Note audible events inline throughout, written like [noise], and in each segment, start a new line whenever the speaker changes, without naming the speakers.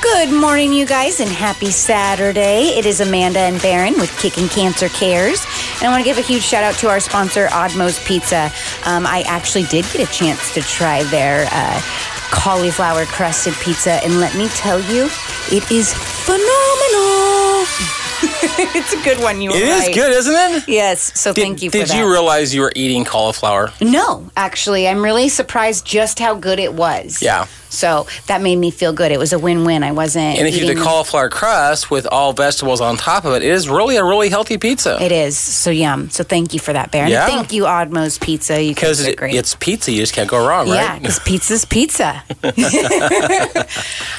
Good morning, you guys, and happy Saturday. It is Amanda and Barron with Kicking Cancer Cares. And I want to give a huge shout out to our sponsor, Odmo's Pizza. Um, I actually did get a chance to try their uh, cauliflower crusted pizza, and let me tell you, it is phenomenal. [laughs] it's a good one, you were
It is
right.
good, isn't it?
Yes, so
Did,
thank you for
did
that.
you realize you were eating cauliflower?
No, actually, I'm really surprised just how good it was.
Yeah.
So that made me feel good. It was a win-win. I wasn't.
And if you
eating
did cauliflower crust with all vegetables on top of it, it is really a really healthy pizza.
It is so yum. So thank you for that, Baron.
Yeah.
Thank you, Odmo's Pizza. You guys
Because
are
it,
great.
it's pizza, you just can't go wrong, [laughs]
Yeah,
right?
because pizza's
[laughs]
pizza.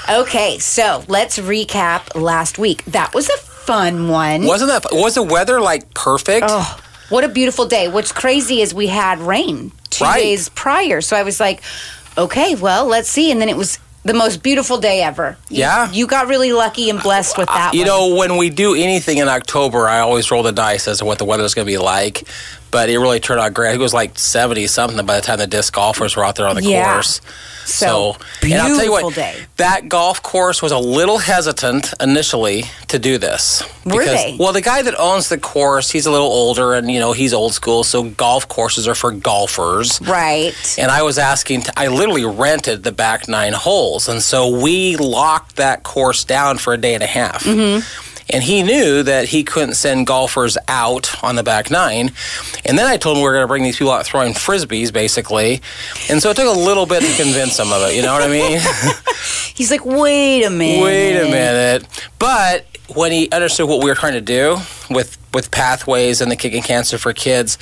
okay, so let's recap last week. That was a fun one.
Wasn't that was the weather like perfect?
Oh, what a beautiful day. What's crazy is we had rain two
Right.
days prior. So I was like, okay, well, let's see. And then it was the most beautiful day ever. You-
Yeah.
You, got really lucky and blessed with that
You
one.
know, when we do anything in October, I always roll the dice as to what the weather's going to be like. But it really turned out great. It was like 70 something by the time the disc golfers were out there on the
Yeah.
course.
So,
and I'll tell you
beautiful
what,
day.
that golf course was a little hesitant initially to do this.
Were they?
Well, the guy that owns the course, he's a little older and, you know, he's old school. So golf courses are for golfers.
right.
And I was asking, t I I literally rented the back nine holes. And so we locked that course down for a day and a half. And he knew that he couldn't send golfers out on the back nine. And then I told him we were going to bring these people out throwing frisbees, basically. And so it took a little bit to convince him of it. You know what I mean?
He's like, wait a minute.
Wait a minute. But when he understood what we were trying to do with with pathways and the kicking cancer for kids,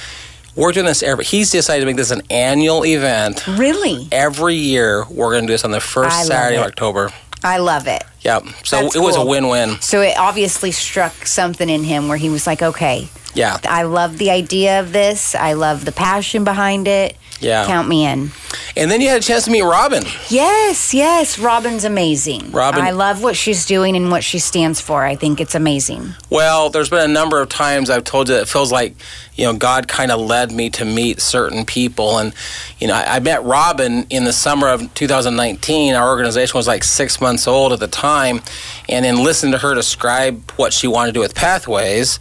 we're doing this every. He's decided to make this an annual event
Really?
every year we're going to do this on the first
I love
Saturday of
it.
October.
I love it.
Yep. So
That's
it was
cool.
a win-win.
So it obviously struck something in him where he was like, okay,
Yeah.
I love the idea of this. I love the passion behind it.
Yeah.
Count me in.
And then you had a chance to meet Robin.
Yes, yes. Robin's amazing.
Robin-
I love what she's doing and what she stands for. I think it's amazing.
Well, there's been a number of times I've told you it feels like, you know, God kind of led me to meet certain people. And, you know, I, I met Robin in the summer of 2019. Our organization was like six months old at the time. And then listening to her describe what she wanted to do with Pathways,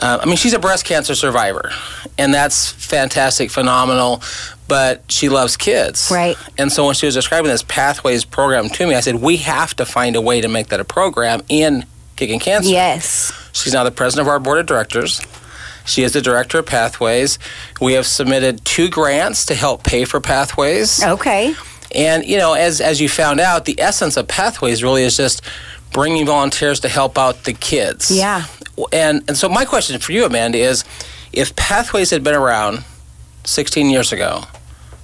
uh, I mean, she's a breast cancer survivor. And that's fantastic, phenomenal. But she loves kids.
Right.
And so when she was describing this Pathways program to me, I said, we have to find a way to make that a program in kicking cancer.
Yes.
She's now the president of our board of directors. She is the director of Pathways. We have submitted two grants to help pay for Pathways.
Okay.
And you know, as as you found out, the essence of Pathways really is just bringing volunteers to help out the kids.
Yeah.
And and so my question for you, Amanda, is if Pathways had been around 16 years ago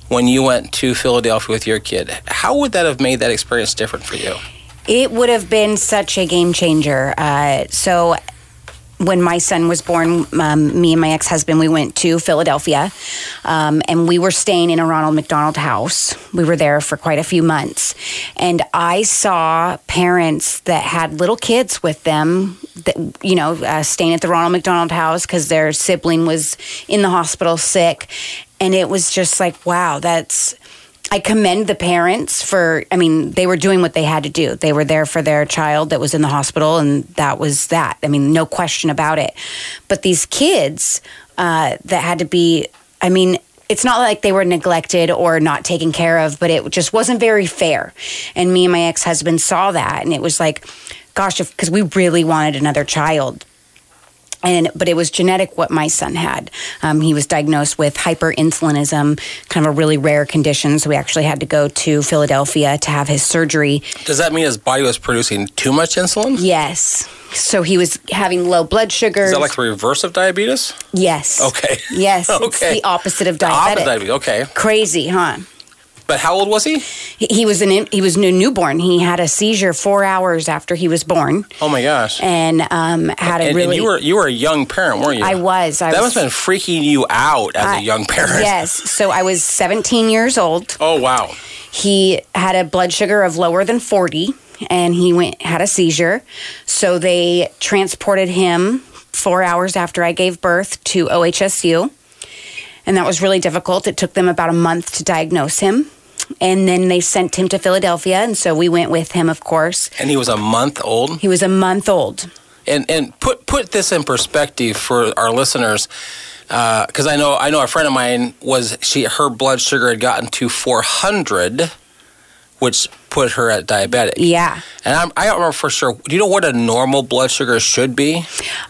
when you went to Philadelphia with your kid, how would that have made that experience different for you?
It would have been such a game changer. Uh, so, when my son was born, um, me and my ex husband, we went to Philadelphia um, and we were staying in a Ronald McDonald house. We were there for quite a few months. And I saw parents that had little kids with them, that, you know, uh, staying at the Ronald McDonald house because their sibling was in the hospital sick. And it was just like, wow, that's. I commend the parents for, I mean, they were doing what they had to do. They were there for their child that was in the hospital, and that was that. I mean, no question about it. But these kids uh, that had to be, I mean, it's not like they were neglected or not taken care of, but it just wasn't very fair. And me and my ex husband saw that, and it was like, gosh, because we really wanted another child and but it was genetic what my son had. Um, he was diagnosed with hyperinsulinism, kind of a really rare condition. So we actually had to go to Philadelphia to have his surgery.
Does that mean his body was producing too much insulin?
Yes. So he was having low blood sugars.
Is that like the reverse of diabetes?
yes.
Okay.
[laughs] Yes. It's
Okay.
the opposite of
The opposite
diabetic.
diabetes, Okay.
Crazy, huh?
But how old was he?
He, he was an in, he was a newborn. He had a seizure four hours after he was born,
Oh my gosh.
and um, had a
And, and
really
you were you were a young parent, weren't you?
I was. I
that
was-
must have been freaking you out as a
I-
young parent.
Yes. So I was 17 years old.
[laughs] Oh wow.
he had a blood sugar of lower than 40 and he went had a seizure so they transported him four hours after i gave birth to ohsu and that was really difficult it took them about a month to diagnose him And then they sent him to Philadelphia. And so we went with him, of course.
And he was a month old.
He was a month old.
And and put put this in perspective for our listeners, because I know I know a friend of mine was she her blood sugar had gotten to 400, which put her at diabetic.
Yeah.
And I'm, I don't remember for sure. Do you know what a normal blood sugar should be?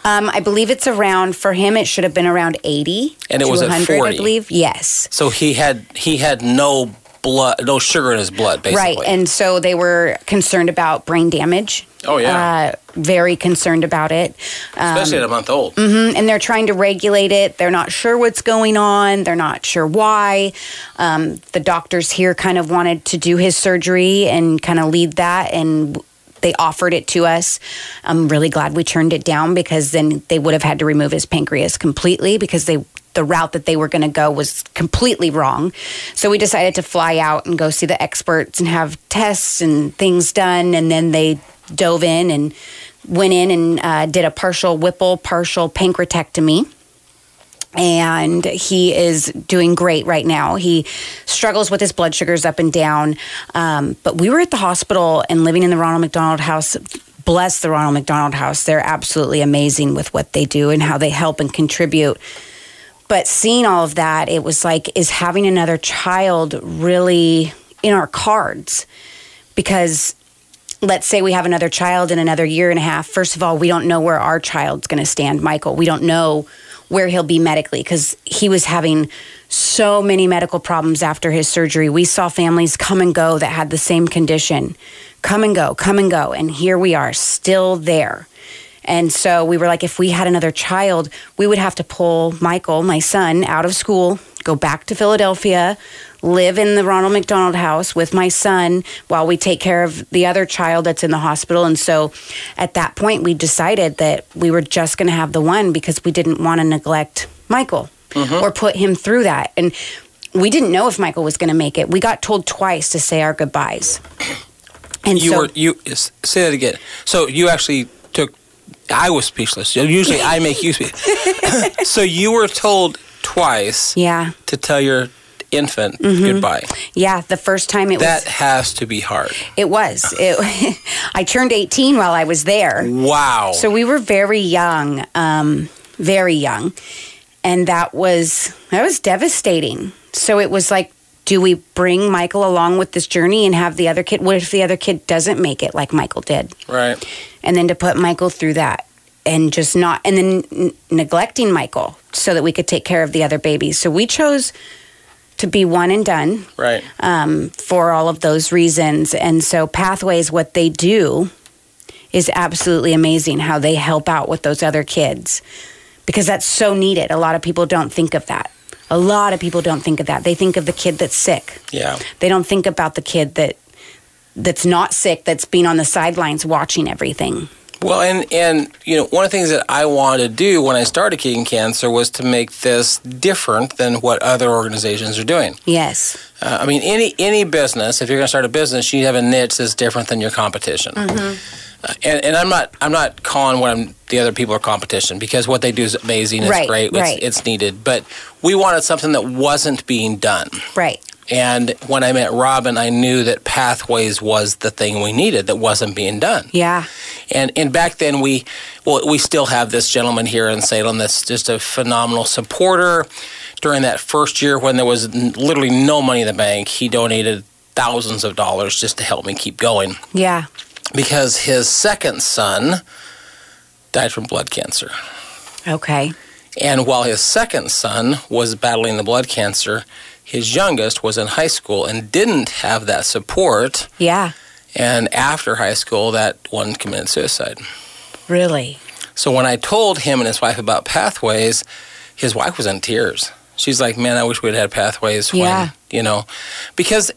Um, I believe it's around, for him, it should have been around 80.
And it
to
was at
100, I
40.
believe. Yes.
So he had he had no blood, no sugar in his blood, basically.
Right. And so they were concerned about brain damage.
Oh, yeah.
Uh, very concerned about it.
especially at a month old.
Mhm, And they're trying to regulate it. They're not sure what's going on. They're not sure why. Um, the doctors here kind of wanted to do his surgery and kind of lead that. And they offered it to us. I'm really glad we turned it down because then they would have had to remove his pancreas completely because they. The route that they were going to go was completely wrong. So we decided to fly out and go see the experts and have tests and things done. And then they dove in and went in and uh, did a partial Whipple, partial pancreatectomy. And he is doing great right now. He struggles with his blood sugars up and down. Um, but we were at the hospital and living in the Ronald McDonald House. Bless the Ronald McDonald House. They're absolutely amazing with what they do and how they help and contribute. But seeing all of that, it was like, is having another child really in our cards? Because let's say we have another child in another year and a half. First of all, we don't know where our child's going to stand, Michael. We don't know where he'll be medically because he was having so many medical problems after his surgery. We saw families come and go that had the same condition come and go, come and go. And here we are, still there. And so we were like, if we had another child, we would have to pull Michael, my son, out of school, go back to Philadelphia, live in the Ronald McDonald house with my son while we take care of the other child that's in the hospital. And so at that point, we decided that we were just going to have the one because we didn't want to neglect Michael
Mm-hmm.
or put him through that. And we didn't know if Michael was going to make it. We got told twice to say our goodbyes. And
You
so,
were you s- say that again. So you actually took. I was speechless. Usually I make you speak. [laughs] so you were told twice
yeah, Mm-hmm.
to tell your infant goodbye.
yeah. The first time it
That
was,
has to be hard.
it was. It, [laughs] I turned 18 while I was there.
Wow.
So we were very young, um, very young, and that was that was devastating. So it was like, do we bring Michael along with this journey and have the other kid? What if the other kid doesn't make it like Michael did?
right.
And then to put Michael through that and just not, and then n- neglecting Michael so that we could take care of the other babies. So we chose to be one and done
Right.
um, for all of those reasons. And so, Pathways, what they do is absolutely amazing how they help out with those other kids because that's so needed. A lot of people don't think of that. A lot of people don't think of that. They think of the kid that's sick.
Yeah.
They don't think about the kid that that's not sick that's being on the sidelines watching everything.
Well, and and you know, one of the things that I wanted to do when I started Keaton Cancer was to make this different than what other organizations are doing.
Yes.
Uh, I mean, any any business, if you're going to start a business, you have a niche that's different than your competition.
Mm-hmm.
Uh, and, and I'm not I'm not calling what I'm, the other people are competition because what they do is amazing. It's
Right,
great.
right.
It's, it's needed. But we wanted something that wasn't being done.
Right.
And when I met Robin, I knew that Pathways was the thing we needed that wasn't being done.
Yeah.
And and back then we well we still have this gentleman here in Salem that's just a phenomenal supporter. During that first year when there was n- literally no money in the bank, he donated thousands of dollars just to help me keep going
Yeah.
because his second son died from blood cancer.
Okay.
And while his second son was battling the blood cancer, his youngest was in high school and didn't have that support.
Yeah.
And after high school, that one committed suicide.
Really.
So when I told him and his wife about Pathways, his wife was in tears. She's like, "Man, I wish we'd had Pathways."
Yeah.
When, you know, because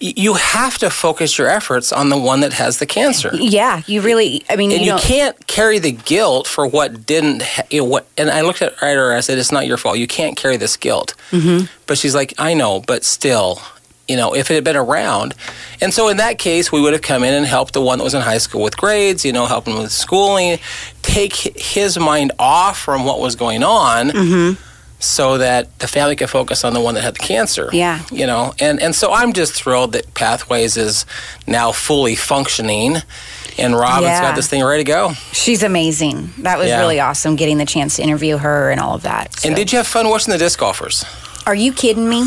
y- you have to focus your efforts on the one that has the cancer, and
Yeah. You really. I mean,
you,
you, know,
can't carry the guilt for what didn't. Ha- you know, what? And I looked at her and I said, "It's not your fault. You can't carry this guilt." Mm-hmm. But she's like, "I know, but still." You know, if it had been around. And so in that case, we would have come in and helped the one that was in high school with grades, you know, help him with
Mm-hmm.
schooling, take hi- his mind off from what was going on so that the family could focus on the one that had the cancer.
Yeah.
You know, and, and so I'm just thrilled that Pathways is now fully functioning and Robin's
Yeah.
got this thing ready to go.
She's amazing. That was
Yeah.
really awesome getting the chance to interview her and all of that. So-
And did you have fun watching the disc golfers?
Are you kidding
[laughs]
me?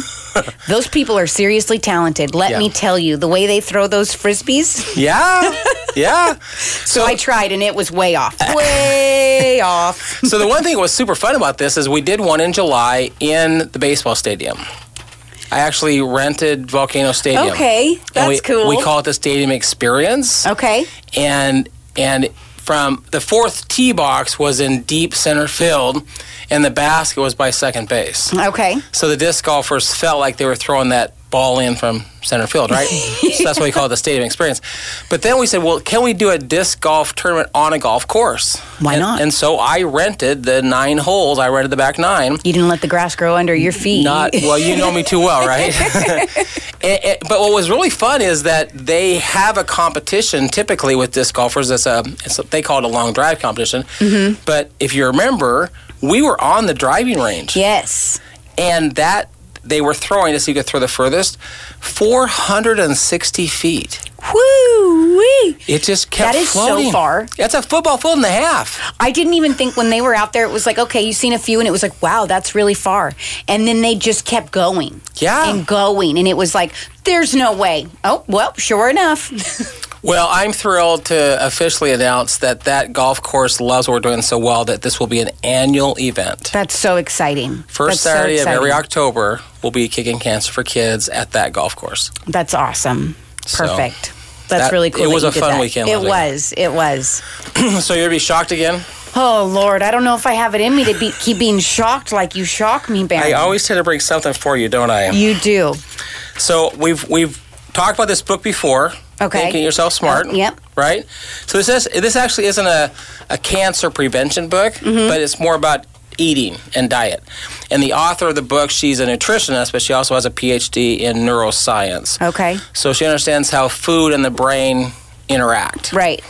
those people are seriously talented. Let
Yeah.
me tell you, the way they throw those
[laughs]
frisbees, [laughs]
Yeah. yeah. So
I tried and it was way
[laughs]
off. Way off.
so the one thing that was super fun about this is we did one in July in the baseball stadium. I actually rented Volcano Stadium.
Okay,
And we-
that's cool.
We call it the Stadium Experience.
Okay.
and and from the fourth tee box was in deep center field, and the basket was by second base.
Okay.
So the disc golfers felt like they were throwing that ball in from center
[laughs]
field, right? so that's why we call it the stadium experience. But then we said, well, can we do a disc golf tournament on a golf course?
Why
And-
not?
And so I rented the nine holes. I rented the back nine.
You didn't let the grass grow under your feet. [laughs]
Not well, you know me too well, right? [laughs] It- it- but what was really fun is that they have a competition typically with disc golfers. That's a, it's a they call it a long drive competition.
Mm-hmm.
But if you remember, we were on the driving range, [laughs]
yes.
and that they were throwing to see who could throw the furthest, 460 feet.
Woo wee.
It just kept
That is so
floating.
far.
That's a football field and a half.
I didn't even think when they were out there, it was like, okay, you've seen a few, and it was like, wow, that's really far. And then they just kept going.
Yeah.
And going. And it was like, there's no way. Oh, well, sure enough.
Well, I'm thrilled to officially announce that that golf course loves what we're doing so well that this will be an annual event.
that's so exciting. That's
First
so
Saturday of every
exciting.
October, we'll be kicking cancer for kids at that golf course.
That's awesome.
So,
Perfect. That's
that-
really cool.
it
that
was
you
a
did
fun
that.
weekend,
It
wasn't it?
was. It was.
[laughs] so you're gonna be shocked again.
Oh Lord, I don't know if I have it in me to be, keep being shocked like you shock me, Barry.
I always tend to bring something for you, don't I?
you do.
So we've we've talked about this book before.
Okay.
Thinking yourself smart.
Uh, yep.
Right. So this is this actually isn't a, a cancer prevention book,
Mm-hmm.
but it's more about eating and diet. And the author of the book, she's a nutritionist, but she also has a PhD in neuroscience.
Okay.
So she understands how food and the brain interact.
Right.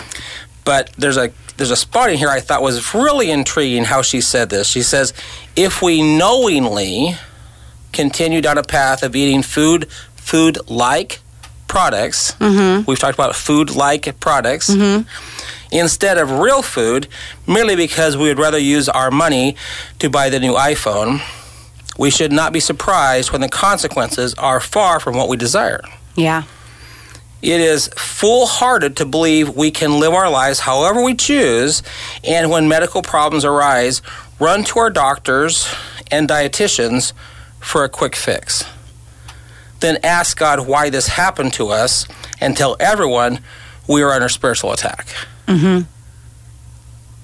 but there's a there's a spot in here I thought was really intriguing how she said this. She says, "If we knowingly continue down a path of eating food food like products, we've talked about food like products." Instead of real food, merely because we would rather use our money to buy the new iPhone, we should not be surprised when the consequences are far from what we desire.
Yeah.
It is foolhardy to believe we can live our lives however we choose, and when medical problems arise, run to our doctors and dietitians for a quick fix. Then ask God why this happened to us and tell everyone we are under spiritual attack.
Mm-hmm.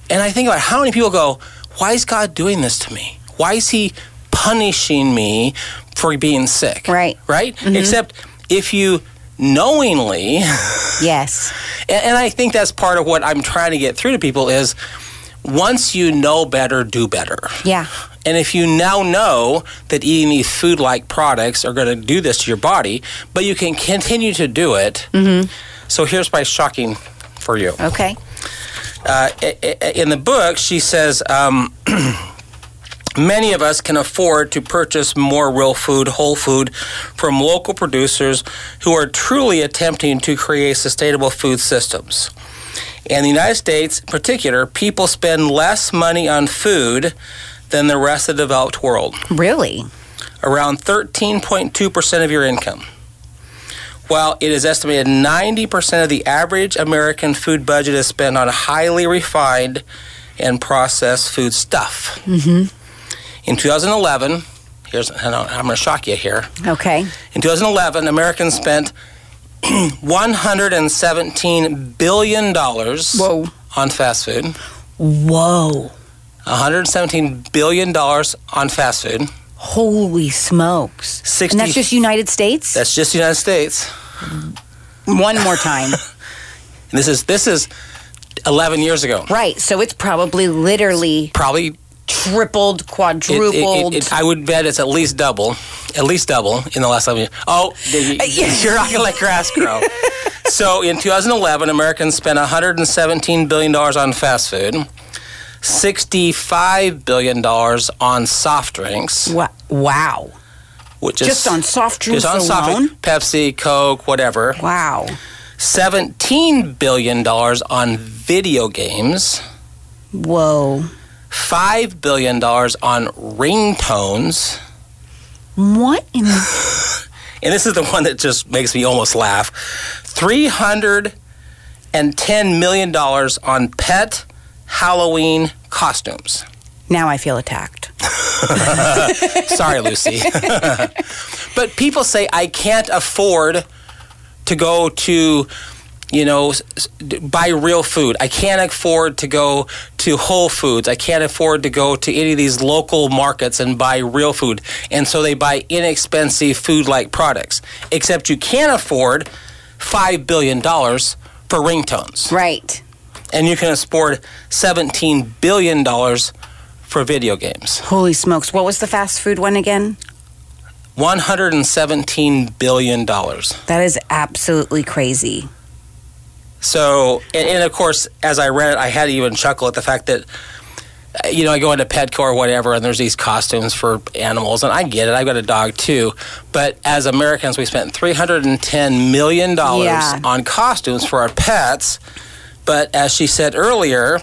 And I think about how many people go, Why is God doing this to me? Why is He punishing me for being sick?
Right.
Right? Except if you knowingly.
Yes.
And, and I think that's part of what I'm trying to get through to people is once you know better, do better.
Yeah.
And if you now know that eating these food like products are going to do this to your body, but you can continue to do it. So here's my shocking for you.
Okay.
Uh, i- i- in the book, she says um, [clears throat] many of us can afford to purchase more real food, whole food, from local producers who are truly attempting to create sustainable food systems. In the United States, in particular, people spend less money on food than the rest of the developed world
Really?
around 13.2% of your income. While it is estimated 90% of the average American food budget is spent on highly refined and processed food stuff. Mm-hmm. In 2011, here's I know, I'm going to shock you here.
Okay.
In 2011, Americans spent [clears throat] 117 billion dollars
Whoa.
on fast food.
Whoa.
117 billion dollars on fast food.
Holy smokes.
60
and that's just United States?
That's just the United States.
One more
[laughs]
time.
And this is this is 11 years ago.
right. So it's probably literally
Probably
tripled,
it- it-
quadrupled.
it- it- I would bet it's at least double, at least double in the last 11 years. Oh, the- [laughs] you're not gonna let grass grow. so in 2011, Americans spent 117 billion dollars on fast food. $65 billion on soft drinks.
Wha- Wow.
Which
Just
is,
on soft drinks
just on soft
alone?
drink- Pepsi, Coke, whatever.
Wow.
$17 billion on video games.
Whoa.
$5 billion on ringtones.
What in
[laughs]
the
and this is the [laughs] one that just makes me almost laugh three hundred and ten million dollars on pet Halloween costumes.
Now I feel attacked.
Sorry, Lucy, but people say I can't afford to go to. You know, s- s- d- buy real food. I can't afford to go to Whole Foods. I can't afford to go to any of these local markets and buy real food. And so they buy inexpensive food like products. Except you can afford $5 billion for ringtones.
Right.
and you can afford $17 billion for video games.
Holy smokes. What was the fast food one again?
$117 billion.
That is absolutely crazy.
So, and, and of course, as I read it, I had to even chuckle at the fact that, uh, you know, I go into Petco or whatever, and there's these costumes for animals, and I get it. I've got a dog too. But as Americans, we spent $310 million
Yeah.
on costumes for our pets. But as she said earlier,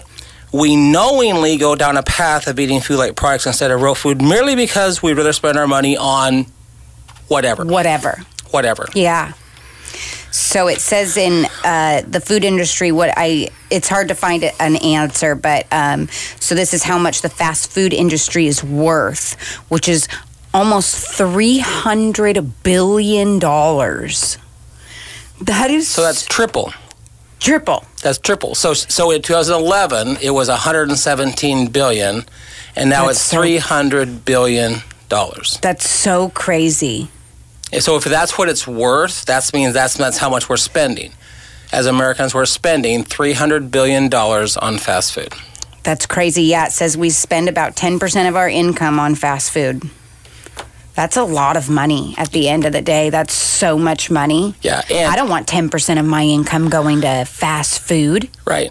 we knowingly go down a path of eating food like products instead of real food merely because we'd rather spend our money on whatever,
Whatever.
whatever.
Yeah. So it says in uh, the food industry, what I, it's hard to find an answer, but um, so this is how much the fast food industry is worth, which is almost $300 billion. That is
So that's triple.
triple.
That's triple. So so in 2011 it was 117 billion, and now
That's
it's
so-
300 billion dollars.
That's so crazy.
And so if that's what it's worth, that means that's that's how much we're spending. As Americans, we're spending 300 billion dollars on fast food.
That's crazy. Yeah, it says we spend about 10% of our income on fast food. That's a lot of money at the end of the day. That's so much money.
Yeah, and
I don't want 10% of my income going to fast food.
right.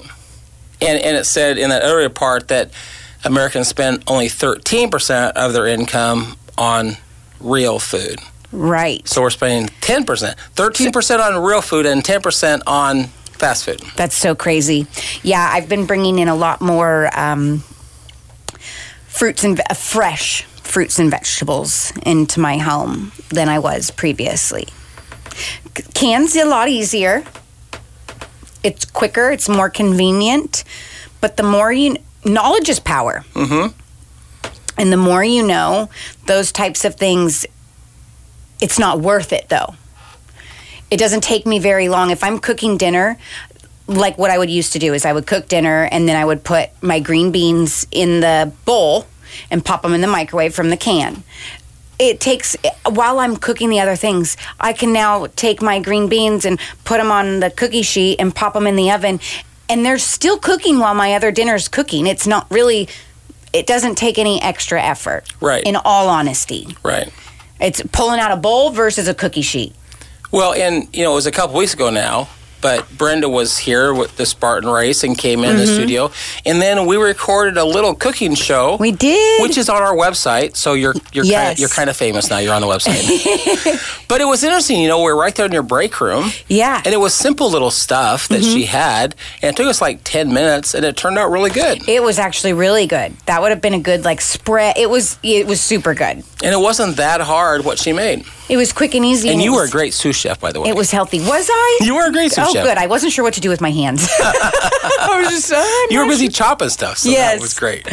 And and it said in that earlier part that Americans spend only 13% of their income on real food.
Right.
So we're spending 10%, 13% on real food and 10% on fast food.
That's so crazy. Yeah, I've been bringing in a lot more um, fruits and ve- uh, fresh fruits and vegetables into my home than I was previously. C- Cans a lot easier. It's quicker, it's more convenient, but the more you knowledge is power. Mhm. And the more you know, those types of things it's not worth it though. It doesn't take me very long if I'm cooking dinner like what I would used to do is I would cook dinner and then I would put my green beans in the bowl and pop them in the microwave from the can. It takes while I'm cooking the other things, I can now take my green beans and put them on the cookie sheet and pop them in the oven and they're still cooking while my other dinner's cooking. It's not really it doesn't take any extra effort.
Right.
In all honesty.
Right.
It's pulling out a bowl versus a cookie sheet.
Well, and you know, it was a couple weeks ago now, but Brenda was here with the Spartan race and came in the
Mm-hmm.
studio, and then we recorded a little cooking show.
We did.
Which is on our website, so you're you're kind
Yes.
of, you're kind of famous now. You're on
[laughs]
the website, but it was interesting. You know, we're right there in your break room,
yeah.
and it was simple little stuff
Mm-hmm.
that she had, and it took us like ten minutes, and it turned out really good.
It was actually really good. That would have been a good like spread. It was it was super good.
And it wasn't that hard what she made.
It was quick and easy.
And
it
you were a
was-
great sous chef, by the way.
It was healthy. Was I?
you were a great sous
oh,
chef.
good. I wasn't sure what to do with my
[laughs]
hands. I was just uh,
You were busy chopping stuff, so
Yes.
that was great.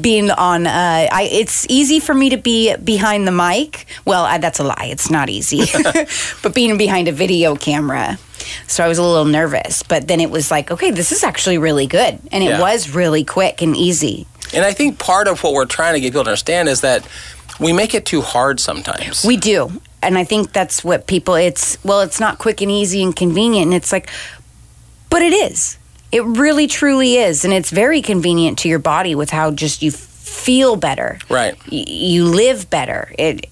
being on. Uh, I it's easy for me to be behind the mic. Well, I, that's a lie. It's not easy, [laughs] but being behind a video camera. So I was a little nervous, but then it was like, okay, this is actually really good, and it
Yeah.
was really quick and easy.
And I think part of what we're trying to get people to understand is that we make it too hard sometimes.
We do. And I think that's what people it's well, it's not quick and easy and convenient and it's like but it is. It really truly is and it's very convenient to your body with how just you feel better.
right.
Y- you live better. It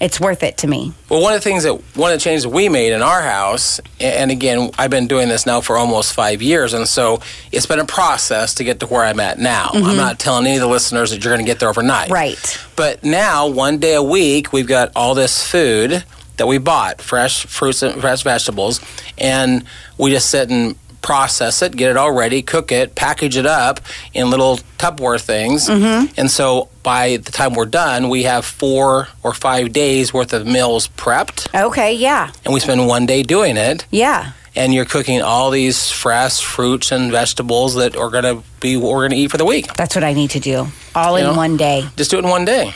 it's worth it to me.
Well, one of the things that one of the changes we made in our house, a- and again, I've been doing this now for almost five years, and so it's been a process to get to where I'm at now. I'm not telling any of the listeners that you're going to get there overnight.
Mm-hmm. Right.
But now, one day a week, we've got all this food that we bought fresh fruits and fresh vegetables, and we just sit and process it, get it all ready, cook it, package it up in little Tupperware things. And so by the time we're done, we have four or five days worth of meals prepped,
Okay, yeah.
and we spend one day doing it.
Yeah.
And you're cooking all these fresh fruits and vegetables that are going to be what we're going to eat for the week.
That's what I need to do. All
You
in
know?
one day.
Just do it in one day.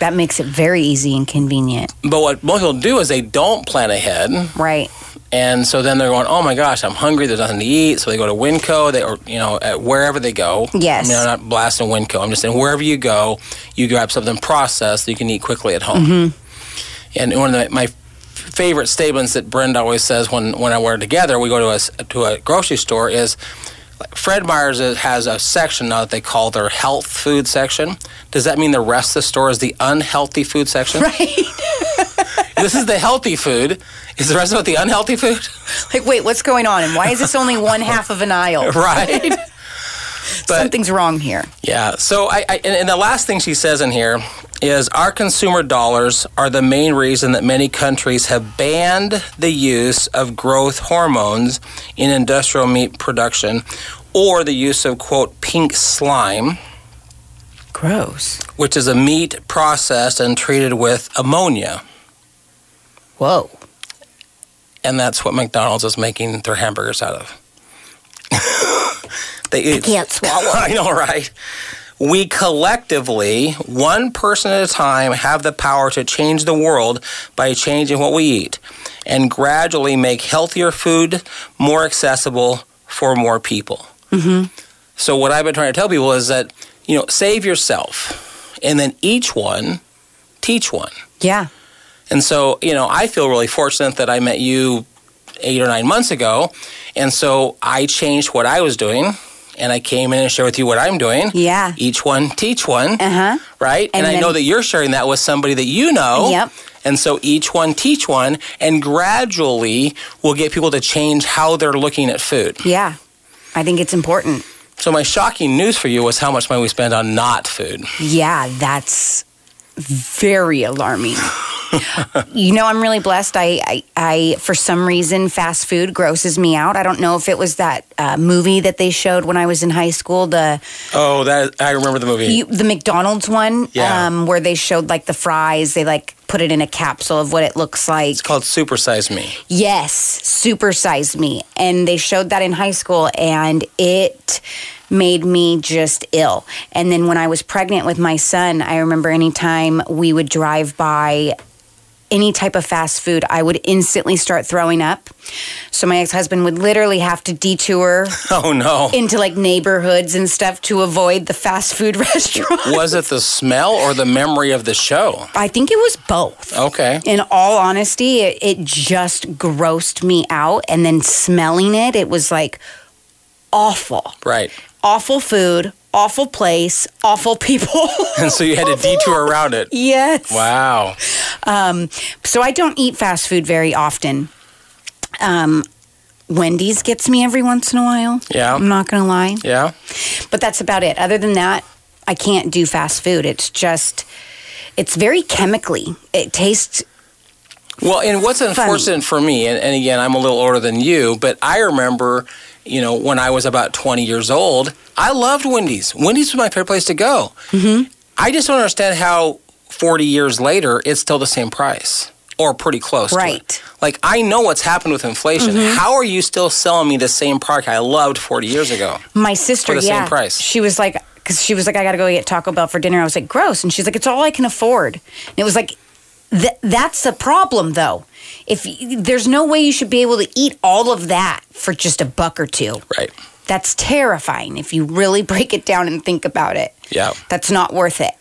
That makes it very easy and convenient.
But what most people do is they don't plan ahead. [laughs]
Right.
And so then they're going, oh my gosh, I'm hungry. There's nothing to eat. So they go to Winco. They or you know at wherever they go.
Yes.
I mean, I'm not blasting Winco. I'm just saying wherever you go, you grab something processed that you can eat quickly at home.
Mm-hmm.
And one of the, my favorite statements that Brenda always says when when I we're together, we go to a s- to a grocery store is. Fred Meyer's is- has a section now that they call their health food section. Does that mean the rest of the store is the unhealthy food section?
[laughs] Right.
This is the healthy food. Is the rest of it the unhealthy food? [laughs]
like, wait, what's going on? And why is this only one half of an aisle?
[laughs] right? but
Something's wrong here.
yeah, so I, I and, and the last thing she says in here is our consumer dollars are the main reason that many countries have banned the use of growth hormones in industrial meat production or the use of quote pink slime
Gross.
which is a meat processed and treated with ammonia
Whoa.
and that's what mcdonald's is making their hamburgers out of [laughs] they eat
Can't swallow.
[laughs] I know, right? We collectively, one person at a time, have the power to change the world by changing what we eat and gradually make healthier food more accessible for more people. Mm-hmm. So, what I've been trying to tell people is that, you know, save yourself and then each one, teach one.
Yeah.
And so, you know, I feel really fortunate that I met you eight or nine months ago. And so I changed what I was doing and I came in and shared with you what I'm doing.
Yeah.
Each one, teach one,
Uh huh.
right? And,
And
I
then-
know that you're sharing that with somebody that you know.
Yep.
And so each one, teach one, and gradually we'll get people to change how they're looking at food.
Yeah. I think it's important.
So, my shocking news for you was how much money we spend on not food.
Yeah, that's very
[laughs]
alarming. you know, I'm really blessed. I, I, I, for some reason, fast food grosses me out. I don't know if it was that uh, movie that they showed when I was in high school, the
Oh, that I remember the movie.
you, the McDonald's one,
Yeah.
um, where they showed like the fries. They like put it in a capsule of what it looks like.
it's called Supersize Me. [laughs]
Yes, supersize me. And they showed that in high school and it made me just ill. And then when I was pregnant with my son, I remember anytime we would drive by any type of fast food, I would instantly start throwing up. So my ex-husband would literally have to detour
Oh, no.
into like neighborhoods and stuff to avoid the fast food [laughs] restaurant.
Was it the smell or the memory of the show?
I think it was both.
Okay.
in all honesty, it, it just grossed me out. And then smelling it, it was like awful.
Right. [laughs]
Awful food, awful place, awful people.
And so you had to detour around it.
yes.
Wow.
Um, so I don't eat fast food very often. Um, Wendy's gets me every once in a while.
Yeah.
I'm not going to lie.
Yeah.
But that's about it. Other than that, I can't do fast food. It's just, it's very chemically. It tastes
Well, and what's unfortunate for me, and, and again, I'm a little older than you, but I remember, you know, when I was about 20 years old, I loved Wendy's. Wendy's was my favorite place to go. I just don't understand how 40 years later, it's still the same price or pretty close. to it.
Right.
Like, I know what's happened with inflation. How are you still selling me the same product I loved 40 years ago?
My sister,
the same
yeah,
price.
she was like, because she was like, I got to go get Taco Bell for dinner. I was like, gross, and she's like, it's all I can afford. And it was like, th- that's the problem, though. If y- there's no way you should be able to eat all of that for just a buck or two,
Right.
that's terrifying. If you really [laughs] break it down and think about it,
Yeah.
that's not worth it.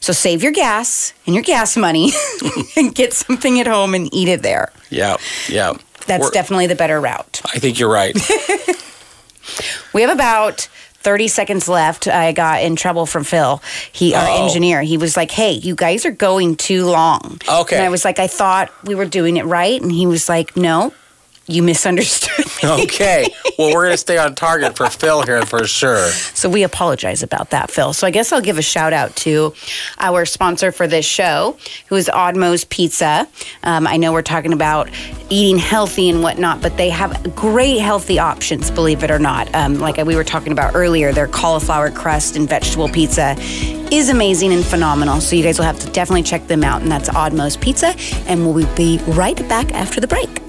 So save your gas and your gas money [laughs] and get something at home and eat it there.
Yeah. Yeah.
That's
We're-
[laughs] definitely the better route.
I think you're right.
We have about 30 seconds left, I got in trouble from Phil, he our
Oh.
engineer. He was like, "Hey, you guys are going too long."
Okay.
And I was like, "I thought we were doing it right," and he was like, "No, you misunderstood." me."
Okay. well, we're gonna stay on target for Phil here for sure.
So we apologize about that, Phil. So I guess I'll give a shout out to our sponsor for this show, who is Odmo's Pizza. Um, I know we're talking about eating healthy and whatnot, but they have great healthy options, believe it or not. Um, like we were talking about earlier, their cauliflower crust and vegetable pizza is amazing and phenomenal. So you guys will have to definitely check them out. And that's Odmo's Pizza. And we'll be right back after the break.